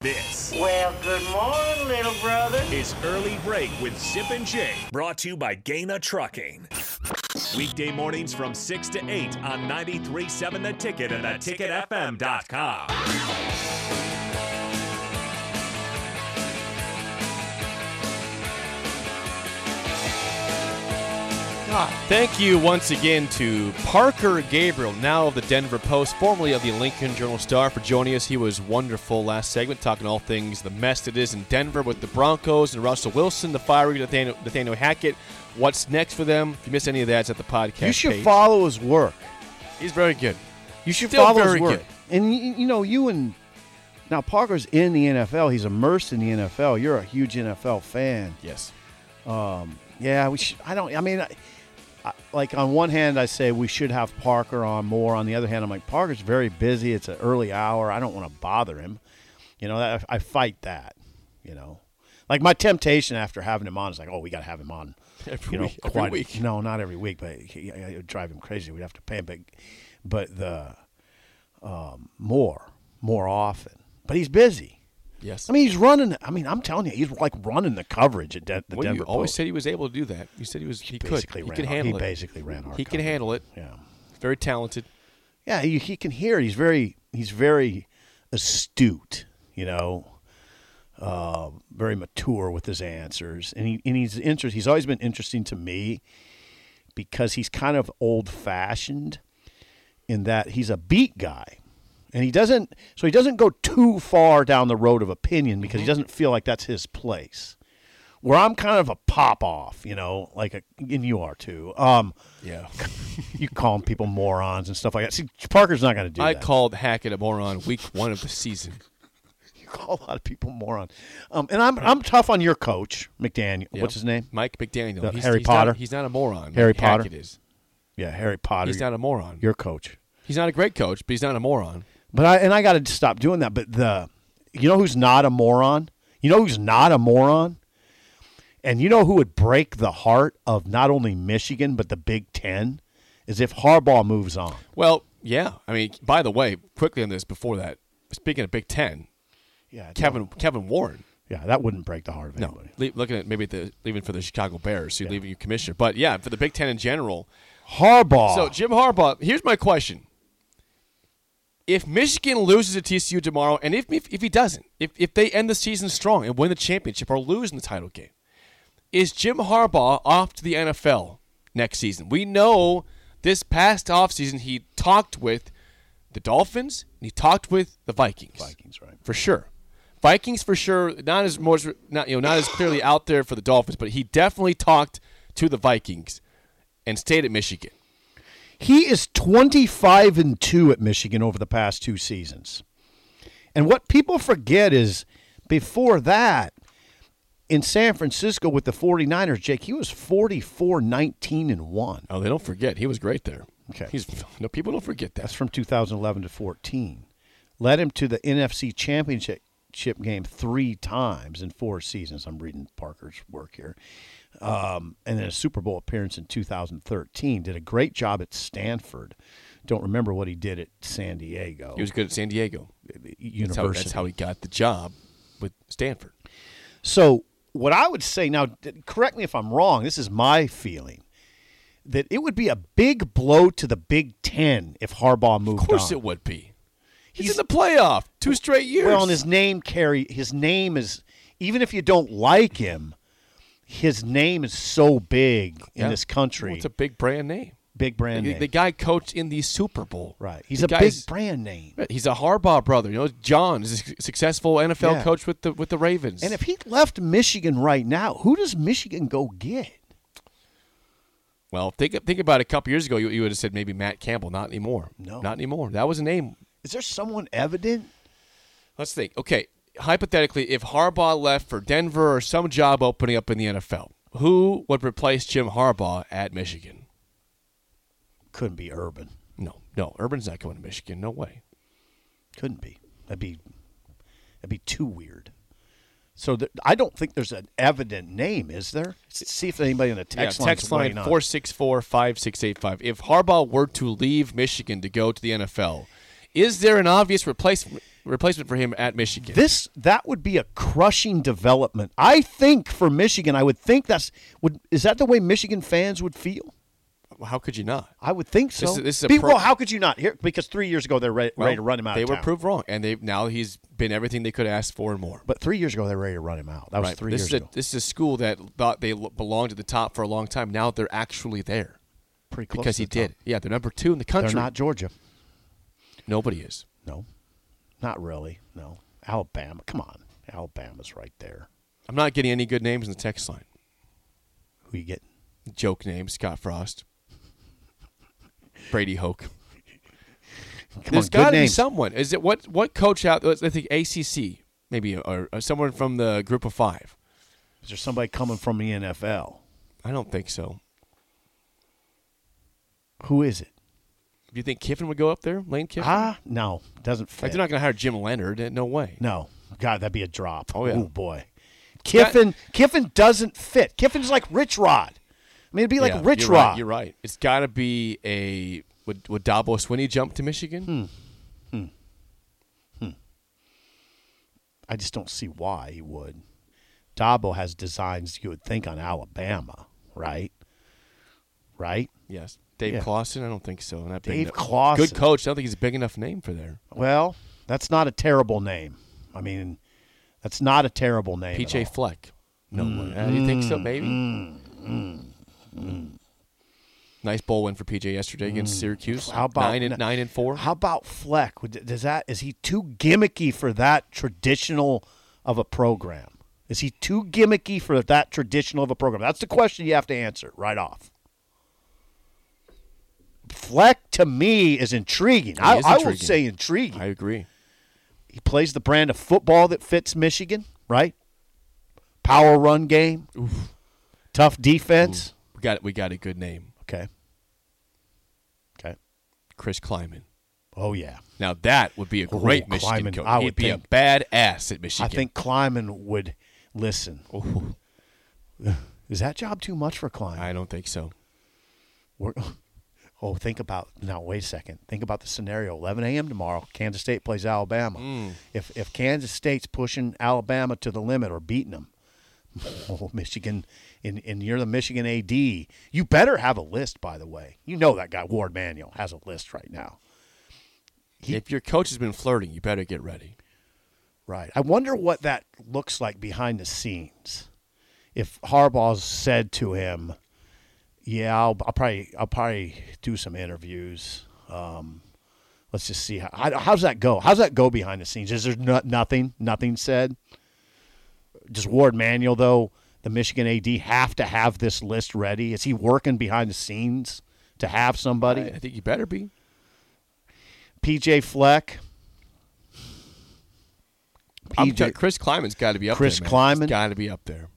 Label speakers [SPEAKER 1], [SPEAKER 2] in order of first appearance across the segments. [SPEAKER 1] This
[SPEAKER 2] Well, good morning, little brother.
[SPEAKER 1] is Early Break with Zip and Jay, brought to you by Gaina Trucking. Weekday mornings from 6 to 8 on 93.7 The Ticket and theticketfm.com.
[SPEAKER 3] Thank you once again to Parker Gabriel, now of the Denver Post, formerly of the Lincoln Journal Star, for joining us. He was wonderful last segment, talking all things the mess that is in Denver with the Broncos and Russell Wilson, the fiery Nathaniel, Nathaniel Hackett. What's next for them? If you missed any of that, it's at the podcast.
[SPEAKER 4] You should
[SPEAKER 3] page.
[SPEAKER 4] follow his work.
[SPEAKER 3] He's very good.
[SPEAKER 4] You should
[SPEAKER 3] Still
[SPEAKER 4] follow
[SPEAKER 3] very
[SPEAKER 4] his work.
[SPEAKER 3] good.
[SPEAKER 4] And y- you know, you and now Parker's in the NFL. He's immersed in the NFL. You're a huge NFL fan.
[SPEAKER 3] Yes.
[SPEAKER 4] Yeah, we should. I don't. I mean, I, I, like on one hand, I say we should have Parker on more. On the other hand, I'm like Parker's very busy. It's an early hour. I don't want to bother him. You know, that, I, I fight that. You know, like my temptation after having him on is like, oh, we got to have him on.
[SPEAKER 3] Every
[SPEAKER 4] you know,
[SPEAKER 3] week- every
[SPEAKER 4] quite-
[SPEAKER 3] week.
[SPEAKER 4] No, not every week, but he, it would drive him crazy. We'd have to pay him, but but the um, more more often. But he's busy.
[SPEAKER 3] Yes.
[SPEAKER 4] I mean, he's running. I mean, I'm telling you, he's like running the coverage at Den the
[SPEAKER 3] well,
[SPEAKER 4] Denver
[SPEAKER 3] you always
[SPEAKER 4] Post.
[SPEAKER 3] said he was able to do that. You said he was. He, could.
[SPEAKER 4] basically
[SPEAKER 3] he
[SPEAKER 4] ran
[SPEAKER 3] could
[SPEAKER 4] our- he
[SPEAKER 3] handle it.
[SPEAKER 4] basically ran our
[SPEAKER 3] He can
[SPEAKER 4] company.
[SPEAKER 3] handle it.
[SPEAKER 4] Yeah,
[SPEAKER 3] Very talented.
[SPEAKER 4] yeah. He, he can hear. it. He's very he's very astute. You know, uh, very mature with his answers, and he and he's interest. He's always been interesting to me because he's kind of old fashioned in that he's a beat guy. And he doesn't, so he doesn't go too far down the road of opinion because he doesn't feel like that's his place. Where I'm kind of a pop off, you know, like a, and you are too. Um,
[SPEAKER 3] Yeah.
[SPEAKER 4] you calling people morons and stuff like that. See, Parker's not going to do
[SPEAKER 3] I
[SPEAKER 4] that.
[SPEAKER 3] called Hackett a moron week one of the season.
[SPEAKER 4] you call a lot of people morons. Um, and I'm I'm tough on your coach McDaniel. What's his name?
[SPEAKER 3] Mike McDaniel.
[SPEAKER 4] The
[SPEAKER 3] he's,
[SPEAKER 4] Harry
[SPEAKER 3] he's not-
[SPEAKER 4] Potter?
[SPEAKER 3] he's not a moron.
[SPEAKER 4] Harry
[SPEAKER 3] like Hackett
[SPEAKER 4] Potter?
[SPEAKER 3] is.
[SPEAKER 4] Yeah, Harry Potter.
[SPEAKER 3] He's not a moron.
[SPEAKER 4] your coach.
[SPEAKER 3] He's not a great coach, but he's not a moron.
[SPEAKER 4] But I and I got to stop doing that. But the you know who's not a moron? You know who's not a moron? And you know who would break the heart of not only Michigan but the Big Ten is if Harbaugh moves on.
[SPEAKER 3] Well, yeah. I mean, by the way, quickly on this before that, speaking of Big Ten,
[SPEAKER 4] Yeah,
[SPEAKER 3] Kevin Kevin Warren.
[SPEAKER 4] Yeah, that wouldn't break the heart of
[SPEAKER 3] No,
[SPEAKER 4] anybody.
[SPEAKER 3] le- looking at maybe the leaving for the Chicago Bears, so you're leaving your commissioner. But yeah, for the Big Ten in general.
[SPEAKER 4] Harbaugh.
[SPEAKER 3] So Jim Harbaugh, here's my question: If Michigan loses to TCU tomorrow, and if if, if he doesn't, if if they end the season strong and win the championship or lose in the title game, is Jim Harbaugh off to the NFL next season? We know this past offseason he talked with the Dolphins and he talked with the Vikings.
[SPEAKER 4] Vikings, right?
[SPEAKER 3] For sure. Vikings for sure, not as much, not you know, not as clearly out there for the Dolphins, but he definitely talked to the Vikings and stayed at Michigan.
[SPEAKER 4] He is 25 and 2 at Michigan over the past two seasons. And what people forget is before that in San Francisco with the 49ers, Jake, he was 44 19 and 1.
[SPEAKER 3] Oh, they don't forget. He was great there.
[SPEAKER 4] Okay.
[SPEAKER 3] He's no people don't forget that.
[SPEAKER 4] That's from 2011 to 14. Led him to the NFC Championship game three times in four seasons. I'm reading Parker's work here. Um, and then a Super Bowl appearance in 2013. Did a great job at Stanford. Don't remember what he did at San Diego
[SPEAKER 3] He was good at San Diego. That's how,
[SPEAKER 4] University.
[SPEAKER 3] that's how he got the job with Stanford.
[SPEAKER 4] So what I would say now, d- correct me if I'm wrong. This is my feeling that it would be a big blow to the Big Ten if Harbaugh moved.
[SPEAKER 3] Of course
[SPEAKER 4] on.
[SPEAKER 3] it would be. He's, in the playoff two straight years.
[SPEAKER 4] Well, and his name carry his name is even if you don't like him, his name is so big
[SPEAKER 3] Yeah.
[SPEAKER 4] in this country.
[SPEAKER 3] Well, it's a big brand name.
[SPEAKER 4] big brand
[SPEAKER 3] The,
[SPEAKER 4] name.
[SPEAKER 3] the guy coached in the Super Bowl.
[SPEAKER 4] right. He's
[SPEAKER 3] The
[SPEAKER 4] a big
[SPEAKER 3] guy's-
[SPEAKER 4] brand name.
[SPEAKER 3] He's a Harbaugh brother. You know, John is a su- successful NFL
[SPEAKER 4] Yeah.
[SPEAKER 3] coach with the with the Ravens.
[SPEAKER 4] And if he left Michigan right now, who does Michigan go get?
[SPEAKER 3] well, think think about it. A couple years ago, you, you would have said maybe Matt Campbell. Not anymore.
[SPEAKER 4] No.
[SPEAKER 3] not anymore. That was a name.
[SPEAKER 4] Is there someone evident?
[SPEAKER 3] Let's think. Okay, hypothetically, if Harbaugh left for Denver or some job opening up in the NFL, who would replace Jim Harbaugh at Michigan?
[SPEAKER 4] Couldn't be Urban.
[SPEAKER 3] No, no, Urban's not going to Michigan. No way.
[SPEAKER 4] Couldn't be. That'd be that'd be too weird. So th I don't think there's an evident name, is there? Let's see if anybody in the text
[SPEAKER 3] yeah,
[SPEAKER 4] line.
[SPEAKER 3] text line 464-5685. If Harbaugh were to leave Michigan to go to the NFL, is there an obvious replacement replacement for him at Michigan?
[SPEAKER 4] This that would be a crushing development. I think for Michigan, I would think that's would is that the way Michigan fans would feel?
[SPEAKER 3] How could you not?
[SPEAKER 4] I would think so.
[SPEAKER 3] This is- this is a
[SPEAKER 4] Be-
[SPEAKER 3] pro-
[SPEAKER 4] well, how could you not? Here, because three years ago they're ready, ready to run him out.
[SPEAKER 3] They
[SPEAKER 4] of
[SPEAKER 3] were
[SPEAKER 4] town.
[SPEAKER 3] proved wrong, and they now he's been everything they could ask for and more.
[SPEAKER 4] but three years ago they're ready to run him out. That was three
[SPEAKER 3] this
[SPEAKER 4] years
[SPEAKER 3] is a,
[SPEAKER 4] ago.
[SPEAKER 3] This is a school that thought they lo- belonged to the top for a long time. Now they're actually there
[SPEAKER 4] Pretty close
[SPEAKER 3] because
[SPEAKER 4] to
[SPEAKER 3] he
[SPEAKER 4] the top.
[SPEAKER 3] did. Yeah, they're number two in the country.
[SPEAKER 4] They're not Georgia.
[SPEAKER 3] Nobody is.
[SPEAKER 4] No, not really. No, Alabama. Come on, Alabama's right there.
[SPEAKER 3] I'm not getting any good names in the text line.
[SPEAKER 4] Who you getting?
[SPEAKER 3] Joke name: Scott Frost, Brady Hoke.
[SPEAKER 4] Come
[SPEAKER 3] There's got
[SPEAKER 4] on, good
[SPEAKER 3] to be
[SPEAKER 4] names.
[SPEAKER 3] someone. Is it what what coach out? I think ACC maybe or, or someone from the group of five.
[SPEAKER 4] Is there somebody coming from the NFL?
[SPEAKER 3] I don't think so.
[SPEAKER 4] Who is it?
[SPEAKER 3] Do you think Kiffin would go up there? Lane Kiffin?
[SPEAKER 4] Ah, no, doesn't fit.
[SPEAKER 3] like they're not going to hire Jim Leonard. eh, No way.
[SPEAKER 4] No, God, that'd be a drop.
[SPEAKER 3] Oh, yeah.
[SPEAKER 4] Ooh, boy. Kiffin Kiffin doesn't fit. Kiffin's like Rich Rod. I mean, it'd be like
[SPEAKER 3] Yeah,
[SPEAKER 4] Rich
[SPEAKER 3] you're
[SPEAKER 4] Rod.
[SPEAKER 3] Right, you're right. It's got to be a would would Dabo Swinney jump to Michigan?
[SPEAKER 4] Hmm. I just don't see why he would. Dabo has designs you would think on Alabama, right? Right.
[SPEAKER 3] Yes. Dave
[SPEAKER 4] Yeah.
[SPEAKER 3] Clawson? I don't think so. Not big
[SPEAKER 4] Dave
[SPEAKER 3] enough-
[SPEAKER 4] Clawson.
[SPEAKER 3] Good coach. I don't think he's a big enough name for there.
[SPEAKER 4] Well, that's not a terrible name. I mean, that's not a terrible name. at
[SPEAKER 3] PJ
[SPEAKER 4] all. Hmm.
[SPEAKER 3] Fleck. No way. Uh, you think so? Maybe. Hmm. Nice bowl win for PJ yesterday against Syracuse.
[SPEAKER 4] Hmm. How about
[SPEAKER 3] nine and nine and four?
[SPEAKER 4] How about Fleck? Would- Does that is he too gimmicky for that traditional of a program? Is he too gimmicky for that traditional of a program? That's the question you have to answer right off. Fleck to me is intriguing. I,
[SPEAKER 3] is
[SPEAKER 4] I will
[SPEAKER 3] intriguing.
[SPEAKER 4] say intriguing.
[SPEAKER 3] I agree.
[SPEAKER 4] he plays the brand of football that fits Michigan, right? Power run game, tough defense.
[SPEAKER 3] We got we got a good name,
[SPEAKER 4] Okay. Okay.
[SPEAKER 3] Chris Kleiman.
[SPEAKER 4] Oh yeah.
[SPEAKER 3] Now that would be a great Michigan
[SPEAKER 4] Kleiman,
[SPEAKER 3] coach.
[SPEAKER 4] I
[SPEAKER 3] He'd
[SPEAKER 4] would
[SPEAKER 3] be
[SPEAKER 4] think.
[SPEAKER 3] a badass at Michigan.
[SPEAKER 4] I think Kleiman would listen. Is that job too much for Kleiman?
[SPEAKER 3] I don't think so.
[SPEAKER 4] We're- oh, think about now. Wait a second. Think about the scenario. 11 a.m. tomorrow. Kansas State plays Alabama. If if Kansas State's pushing Alabama to the limit or beating them, oh, Michigan, and, and you're the Michigan AD, you better have a list. By the way, you know that guy Ward Manuel has a list right now.
[SPEAKER 3] if your coach has been flirting, you better get ready.
[SPEAKER 4] Right. I wonder what that looks like behind the scenes. If Harbaugh's said to him, "Yeah, I'll, I'll probably I'll probably do some interviews. Um, let's just see how I, how's that go. How's that go behind the scenes? Is there no, nothing nothing said? Does Ward Manuel though the Michigan AD have to have this list ready? Is he working behind the scenes to have somebody?
[SPEAKER 3] I think you better be.
[SPEAKER 4] PJ Fleck.
[SPEAKER 3] I'm tell- Chris Kleiman's got to be up
[SPEAKER 4] Chris
[SPEAKER 3] there. man.
[SPEAKER 4] Kleiman?
[SPEAKER 3] He's got to be up there.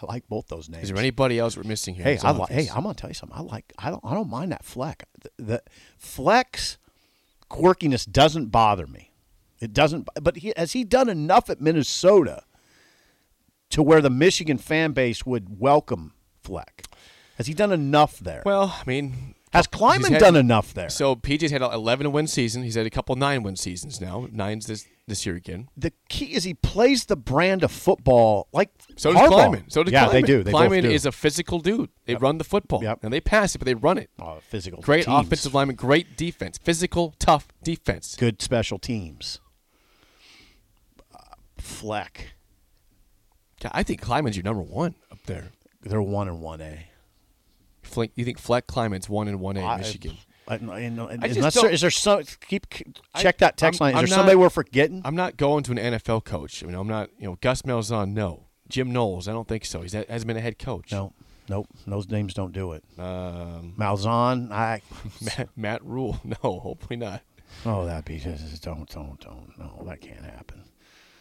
[SPEAKER 4] I like both those names.
[SPEAKER 3] Is there anybody else we're missing here?
[SPEAKER 4] Hey,
[SPEAKER 3] It's
[SPEAKER 4] I li-
[SPEAKER 3] obvious.
[SPEAKER 4] hey, I'm gonna tell you something. I like. I don't. I don't mind that Fleck. The, the Fleck's quirkiness doesn't bother me. It doesn't. bo- But he, has he done enough at Minnesota to where the Michigan fan base would welcome Fleck? Has he done enough there?
[SPEAKER 3] Well, I mean,
[SPEAKER 4] Has Kleiman
[SPEAKER 3] had-
[SPEAKER 4] done enough there?
[SPEAKER 3] So PJ's had an 11 win season. He's had a couple nine win seasons now. Nines this this year again.
[SPEAKER 4] the key is he plays the brand of football like
[SPEAKER 3] So does
[SPEAKER 4] Harbaugh.
[SPEAKER 3] Kleiman. So does
[SPEAKER 4] yeah,
[SPEAKER 3] Kleiman.
[SPEAKER 4] they do. They both
[SPEAKER 3] Kleiman
[SPEAKER 4] do.
[SPEAKER 3] is a physical dude. They run the football.
[SPEAKER 4] Yep.
[SPEAKER 3] And they pass it, but they run it.
[SPEAKER 4] Oh, physical.
[SPEAKER 3] Great
[SPEAKER 4] teams.
[SPEAKER 3] offensive lineman, great defense. Physical, tough defense.
[SPEAKER 4] Good special teams. Uh, Fleck.
[SPEAKER 3] God, I think Kleiman's your number one up there.
[SPEAKER 4] They're one and one A.
[SPEAKER 3] Flink, you think Fleck Kleiman's one and one A
[SPEAKER 4] I-
[SPEAKER 3] in Michigan?
[SPEAKER 4] I- I- I know-
[SPEAKER 3] just
[SPEAKER 4] is not sure-
[SPEAKER 3] don't-
[SPEAKER 4] is there some? Keep
[SPEAKER 3] I-
[SPEAKER 4] check that text
[SPEAKER 3] I'm-
[SPEAKER 4] line. Is
[SPEAKER 3] I'm
[SPEAKER 4] there somebody
[SPEAKER 3] not-
[SPEAKER 4] we're forgetting?
[SPEAKER 3] I'm not going to an NFL coach. I mean, I'm not. You know, Gus Malzahn, no. Jim Knowles, I don't think so. He's hasn't been a head coach. Um,
[SPEAKER 4] no, nope. Those names don't do it. Malzahn. I.
[SPEAKER 3] Matt, Matt Rule, no. Hopefully not.
[SPEAKER 4] Oh, that'd be just don't don't don't. No, that can't happen.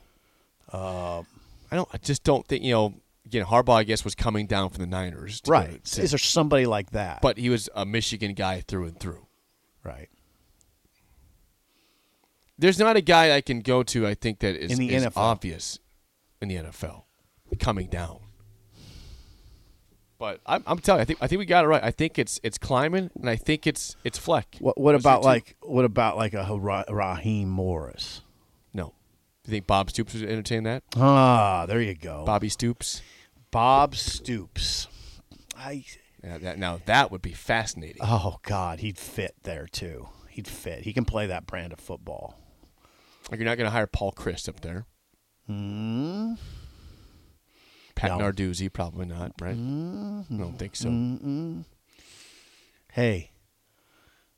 [SPEAKER 3] Um, I don't. I just don't think you know. Again, Harbaugh, I guess, was coming down from the Niners, to-
[SPEAKER 4] Right.
[SPEAKER 3] to-
[SPEAKER 4] Is there somebody like that?
[SPEAKER 3] but he was a Michigan guy through and through.
[SPEAKER 4] right.
[SPEAKER 3] There's not a guy I can go to. I think that is,
[SPEAKER 4] In the
[SPEAKER 3] is
[SPEAKER 4] NFL.
[SPEAKER 3] obvious in the NFL coming down. But I'm, I'm telling you, I think I think we got it right. I think it's it's Kleiman, and I think it's it's Fleck.
[SPEAKER 4] What what
[SPEAKER 3] Those are
[SPEAKER 4] about
[SPEAKER 3] two-
[SPEAKER 4] like what about like a Ra- Raheem Morris?
[SPEAKER 3] no? Do you think Bob Stoops would entertain that?
[SPEAKER 4] Ah, there you go.
[SPEAKER 3] Bobby Stoops.
[SPEAKER 4] Bob Stoops. I
[SPEAKER 3] Yeah, that, now that would be fascinating.
[SPEAKER 4] oh God, he'd fit there too. He'd fit. He can play that brand of football.
[SPEAKER 3] Like you're not going to hire Paul Christ up there. Pat
[SPEAKER 4] Hmm. No. Mm-hmm.
[SPEAKER 3] Narduzzi, probably not, right? I don't think so.
[SPEAKER 4] Hey,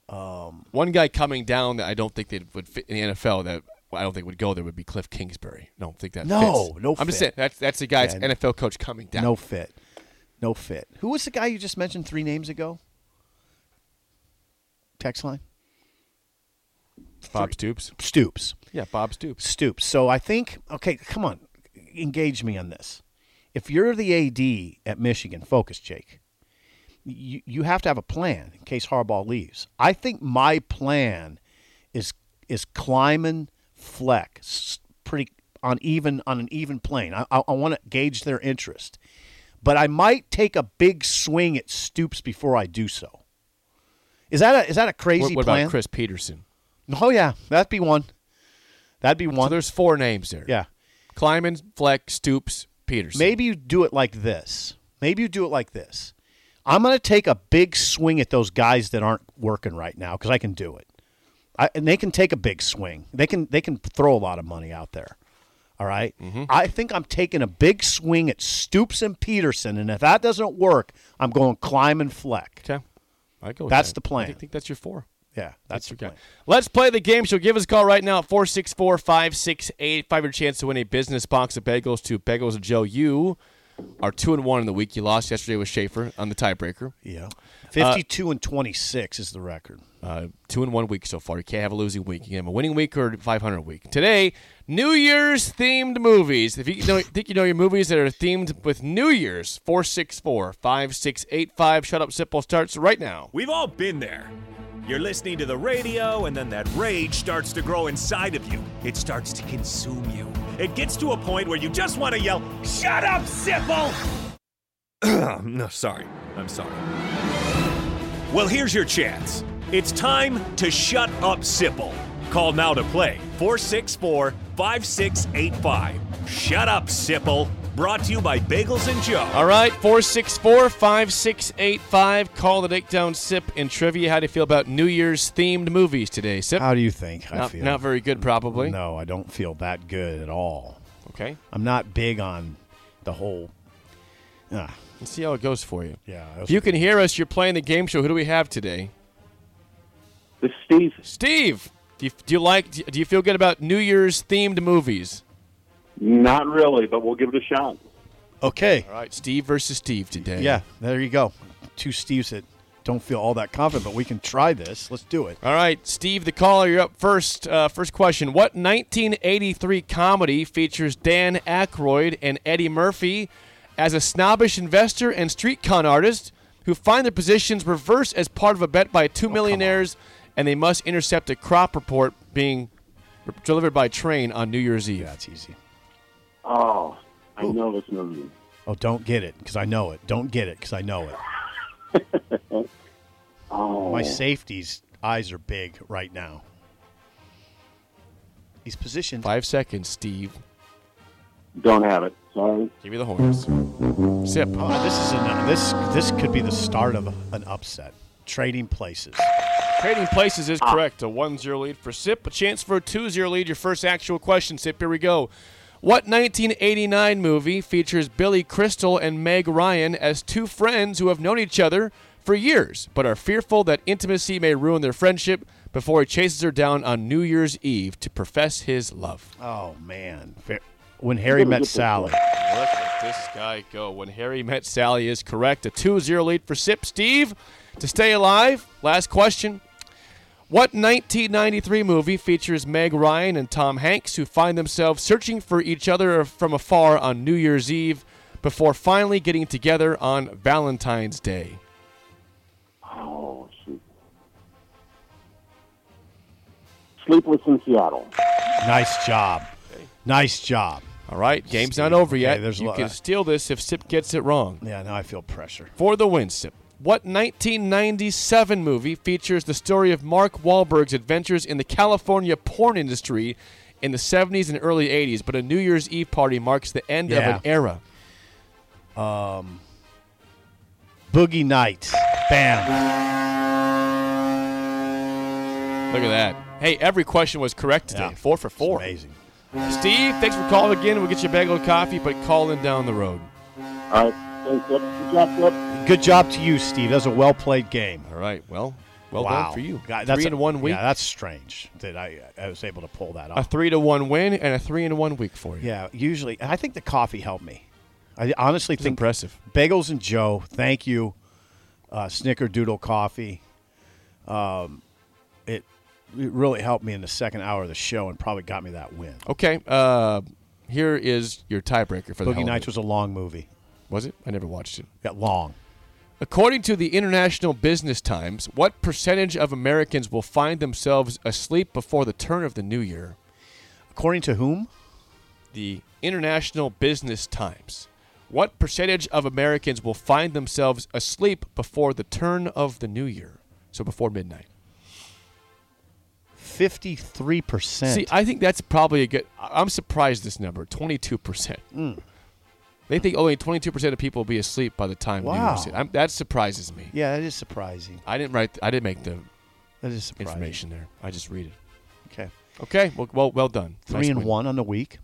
[SPEAKER 3] One guy coming down that I don't think that would fit in the NFL that I don't think would go there would be Cliff Kingsbury. I don't think that.
[SPEAKER 4] No,
[SPEAKER 3] fits.
[SPEAKER 4] no
[SPEAKER 3] I'm just
[SPEAKER 4] fit.
[SPEAKER 3] saying that's that's the guy. that's
[SPEAKER 4] Yeah.
[SPEAKER 3] NFL coach coming down.
[SPEAKER 4] no fit. No fit. Who was the guy you just mentioned three names ago? Text line?
[SPEAKER 3] Bob Stoops.
[SPEAKER 4] Stoops.
[SPEAKER 3] Yeah, Bob Stoops.
[SPEAKER 4] Stoops. So I think, okay, come on. Engage me on this. If you're the AD at Michigan, focus, Jake. You, you have to have a plan in case Harbaugh leaves. I think my plan is is climbing Fleck s- pretty on even on an even plane. I, I, I want to gauge their interest, but I might take a big swing at Stoops before I do so. Is that a, is that a
[SPEAKER 3] What,
[SPEAKER 4] crazy
[SPEAKER 3] what
[SPEAKER 4] plan?
[SPEAKER 3] about Chris Peterson?
[SPEAKER 4] Oh yeah, that'd be one. That'd be
[SPEAKER 3] So
[SPEAKER 4] one.
[SPEAKER 3] there's four names there.
[SPEAKER 4] yeah.
[SPEAKER 3] Kleiman, Fleck, Stoops, Peterson.
[SPEAKER 4] Maybe you do it like this. Maybe you do it like this. I'm going to take a big swing at those guys that aren't working right now because I can do it, I, and they can take a big swing. They can they can throw a lot of money out there. All right?
[SPEAKER 3] Mm-hmm.
[SPEAKER 4] I think I'm taking a big swing at Stoops and Peterson, and if that doesn't work, I'm going climb and Fleck.
[SPEAKER 3] Okay. I go. with
[SPEAKER 4] That's
[SPEAKER 3] that.
[SPEAKER 4] the plan.
[SPEAKER 3] I think that's your four.
[SPEAKER 4] Yeah, that's, the
[SPEAKER 3] Okay.
[SPEAKER 4] plan.
[SPEAKER 3] Let's play the game show. Give us a call right now at 464 568 Your chance to win a business box of bagels to Bagels and Joe. You are 2 and 1 in the week. You lost yesterday with Schaefer on the tiebreaker.
[SPEAKER 4] Yeah, 52 Uh, and 26 is the record.
[SPEAKER 3] Uh, 2 and 1 week so far. You can't have a losing week. You can have a winning week or a 500 week. Today, New Year's themed movies. If you know, think you know your movies that are themed with New Year's, 464 5685. Shut up, Simple starts right now.
[SPEAKER 1] We've all been there. You're listening to the radio, and then that rage starts to grow inside of you. It starts to consume you. It gets to a point where you just want to yell, Shut up, Sipple! no, sorry. I'm sorry. Well, here's your chance. It's time to shut up, Sipple. Call now to play 464 5685. Shut up, Sipple. Brought to you by Bagels and Joe.
[SPEAKER 3] All right, 464 5685. Call the Dick Down Sip and Trivia. How do you feel about New Year's themed movies today, Sip?
[SPEAKER 4] How do you think I
[SPEAKER 3] not,
[SPEAKER 4] feel?
[SPEAKER 3] not very good, probably.
[SPEAKER 4] No, I don't feel that good at all.
[SPEAKER 3] Okay.
[SPEAKER 4] I'm not big on the whole. Ah,
[SPEAKER 3] Let's see how it goes for you.
[SPEAKER 4] yeah.
[SPEAKER 3] If you can hear us, you're playing the game show. Who do we have today?
[SPEAKER 5] This is Steve.
[SPEAKER 3] Steve! Do you, do you like? Do you feel good about New Year's themed movies?
[SPEAKER 5] Not really, but we'll give it a shot.
[SPEAKER 4] Okay.
[SPEAKER 3] All right, Steve versus Steve today.
[SPEAKER 4] Yeah, there you go. Two Steves that don't feel all that confident, but we can try this. Let's do it.
[SPEAKER 3] All right, Steve, the caller, you're up first. Uh, first question: What 1983 comedy features Dan Aykroyd and Eddie Murphy as a snobbish investor and street con artist who find their positions reversed as part of a bet by two millionaires, and they must intercept a crop report being re- delivered by train on New Year's Eve?
[SPEAKER 4] Yeah, it's easy.
[SPEAKER 5] Oh, I know this movie.
[SPEAKER 4] Oh, don't get it because I know it. Don't get it because I know it. My safety's eyes are big right now. He's positioned.
[SPEAKER 3] Five seconds, Steve.
[SPEAKER 5] Don't have it. Sorry.
[SPEAKER 3] Give you the horns. Sip.
[SPEAKER 4] Oh, this is an, this this could be the start of an upset. Trading places.
[SPEAKER 3] Trading places is correct. A 1 0 lead for Sip. A chance for a 2 0 lead. Your first actual question, Sip. Here we go. What 1989 movie features Billy Crystal and Meg Ryan as two friends who have known each other for years but are fearful that intimacy may ruin their friendship before he chases her down on New Year's Eve to profess his love?
[SPEAKER 4] Oh man, Fair- when Harry met Sally.
[SPEAKER 3] Look at this guy go. When Harry Met Sally is correct. A 2 0 lead for Sip. Steve, to stay alive, last question. What 1993 movie features Meg Ryan and Tom Hanks who find themselves searching for each other from afar on New Year's Eve before finally getting together on Valentine's Day?
[SPEAKER 5] Oh, shoot. Sleepless in Seattle.
[SPEAKER 4] Nice job. Nice job.
[SPEAKER 3] All right, game's not
[SPEAKER 4] Steve,
[SPEAKER 3] over
[SPEAKER 4] okay,
[SPEAKER 3] yet.
[SPEAKER 4] there's a
[SPEAKER 3] you
[SPEAKER 4] lot-
[SPEAKER 3] can steal this if Sip gets it wrong.
[SPEAKER 4] Yeah, now I feel pressure.
[SPEAKER 3] For the win, Sip. What 1997 movie features the story of Mark Wahlberg's adventures in the California porn industry in the 70s and early 80s? But a New Year's Eve party marks the end of
[SPEAKER 4] Yeah.
[SPEAKER 3] an era.
[SPEAKER 4] Boogie Nights. Bam.
[SPEAKER 3] Look at that. Hey, every question was correct today.
[SPEAKER 4] Yeah.
[SPEAKER 3] Four for four.
[SPEAKER 4] Amazing.
[SPEAKER 3] Steve, thanks for calling again. We'll get you a bagel of coffee, but call in down the road.
[SPEAKER 5] All right. Thanks, Good job, Flip.
[SPEAKER 4] Good job to you, Steve. That was a well played game.
[SPEAKER 3] All right. Well, well
[SPEAKER 4] wow.
[SPEAKER 3] done for you.
[SPEAKER 4] God, that's
[SPEAKER 3] three
[SPEAKER 4] a-
[SPEAKER 3] in one week.
[SPEAKER 4] Yeah, that's strange that I, I was able to pull that
[SPEAKER 3] a
[SPEAKER 4] off.
[SPEAKER 3] three to one win and a three in one week for you.
[SPEAKER 4] yeah, usually I think the coffee helped me. I honestly
[SPEAKER 3] It's
[SPEAKER 4] think
[SPEAKER 3] impressive.
[SPEAKER 4] Bagels and Joe, thank you. Uh, Snickerdoodle coffee. Um, it, it really helped me in the second hour of the show and probably got me that win.
[SPEAKER 3] Okay. Uh, here is your tiebreaker for the hell
[SPEAKER 4] Boogie
[SPEAKER 3] of
[SPEAKER 4] Nights
[SPEAKER 3] it.
[SPEAKER 4] was a long movie.
[SPEAKER 3] was it? I never watched it.
[SPEAKER 4] Got long.
[SPEAKER 3] According to the International Business Times, what percentage of Americans will find themselves asleep before the turn of the new year?
[SPEAKER 4] According to whom?
[SPEAKER 3] The International Business Times. What percentage of Americans will find themselves asleep before the turn of the new year? So before midnight.
[SPEAKER 4] Fifty-three percent.
[SPEAKER 3] See, I think that's probably a good. I- I'm surprised this number, 22%.
[SPEAKER 4] Hmm.
[SPEAKER 3] They think only 22% of people will be asleep by the time New
[SPEAKER 4] Wow.
[SPEAKER 3] Year's. Eve. I'm, that surprises me.
[SPEAKER 4] yeah, that is surprising.
[SPEAKER 3] I didn't write. I didn't make the
[SPEAKER 4] That is surprising.
[SPEAKER 3] information there. I just read it.
[SPEAKER 4] Okay,
[SPEAKER 3] Okay, well, well, well done.
[SPEAKER 4] three
[SPEAKER 3] Nice
[SPEAKER 4] and
[SPEAKER 3] win.
[SPEAKER 4] one on the week,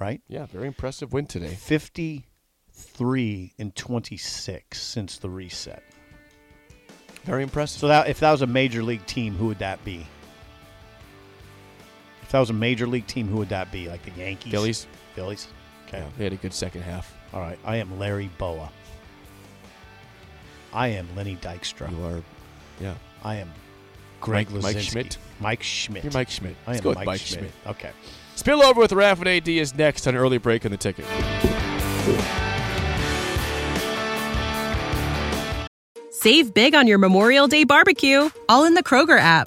[SPEAKER 4] right?
[SPEAKER 3] Yeah, very impressive win today.
[SPEAKER 4] Fifty-three and twenty-six since the reset.
[SPEAKER 3] Very impressive.
[SPEAKER 4] So that if that was a major league team, who would that be? If that was a major league team, who would that be? Like the Yankees,
[SPEAKER 3] Phillies.
[SPEAKER 4] Phillies. Okay.
[SPEAKER 3] Yeah, they had a good second half.
[SPEAKER 4] All right. I am Larry Boa. I am Lenny Dykstra.
[SPEAKER 3] You are, yeah.
[SPEAKER 4] I am Greg
[SPEAKER 3] Mike- Mike
[SPEAKER 4] Lazinski.
[SPEAKER 3] Schmidt.
[SPEAKER 4] Mike Schmidt.
[SPEAKER 3] You're Mike Schmidt.
[SPEAKER 4] I
[SPEAKER 3] Let's
[SPEAKER 4] am
[SPEAKER 3] go with
[SPEAKER 4] Mike,
[SPEAKER 3] Mike
[SPEAKER 4] Schmidt.
[SPEAKER 3] Schmidt.
[SPEAKER 4] Okay.
[SPEAKER 3] Spillover with Raf and AD is next on early break in the ticket.
[SPEAKER 6] Save big on your Memorial Day barbecue, all in the Kroger app.